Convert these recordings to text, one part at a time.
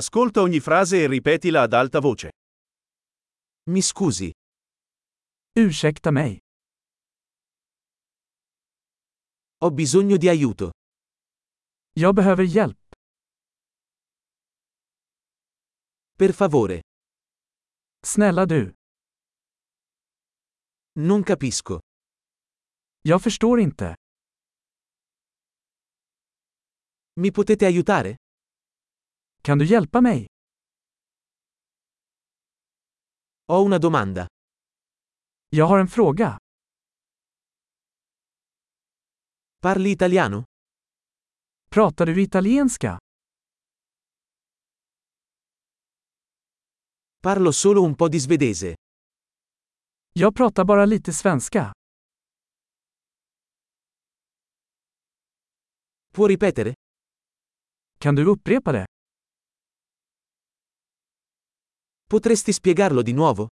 Ascolta ogni frase e ripetila ad alta voce. Mi scusi, Ursäkta mig. ho bisogno di aiuto. Jag behöver hjälp. Per favore, Snälla du. non capisco. Jag förstår inte. Mi potete aiutare? Kan du hjälpa mig? Ho una domanda. Jag har en fråga. Parli italiano? Pratar du italienska? Parlo solo un po' di svedese. Jag pratar bara lite svenska. Può ripetere? Kan du upprepa det? Potresti spiegarlo di nuovo?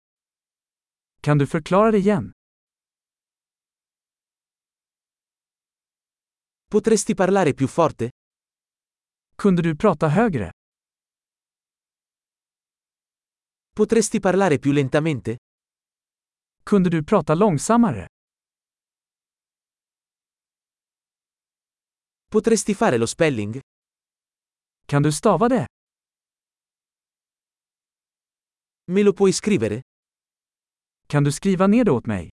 Kan du förklara det igen? Potresti parlare più forte? Kunde du prata högre? Potresti parlare più lentamente? Kunde du prata långsammare? Potresti fare lo spelling? Kan du stava det? Me lo puoi scrivere? Kan du skriva ner det åt mig?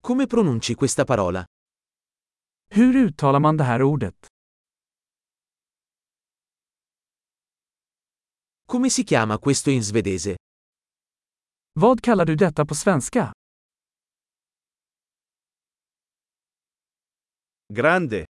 Come pronunci questa parola? Hur uttalar man det här ordet? Come si chiama questo in svedese? Vad kallar du detta på svenska? Grande,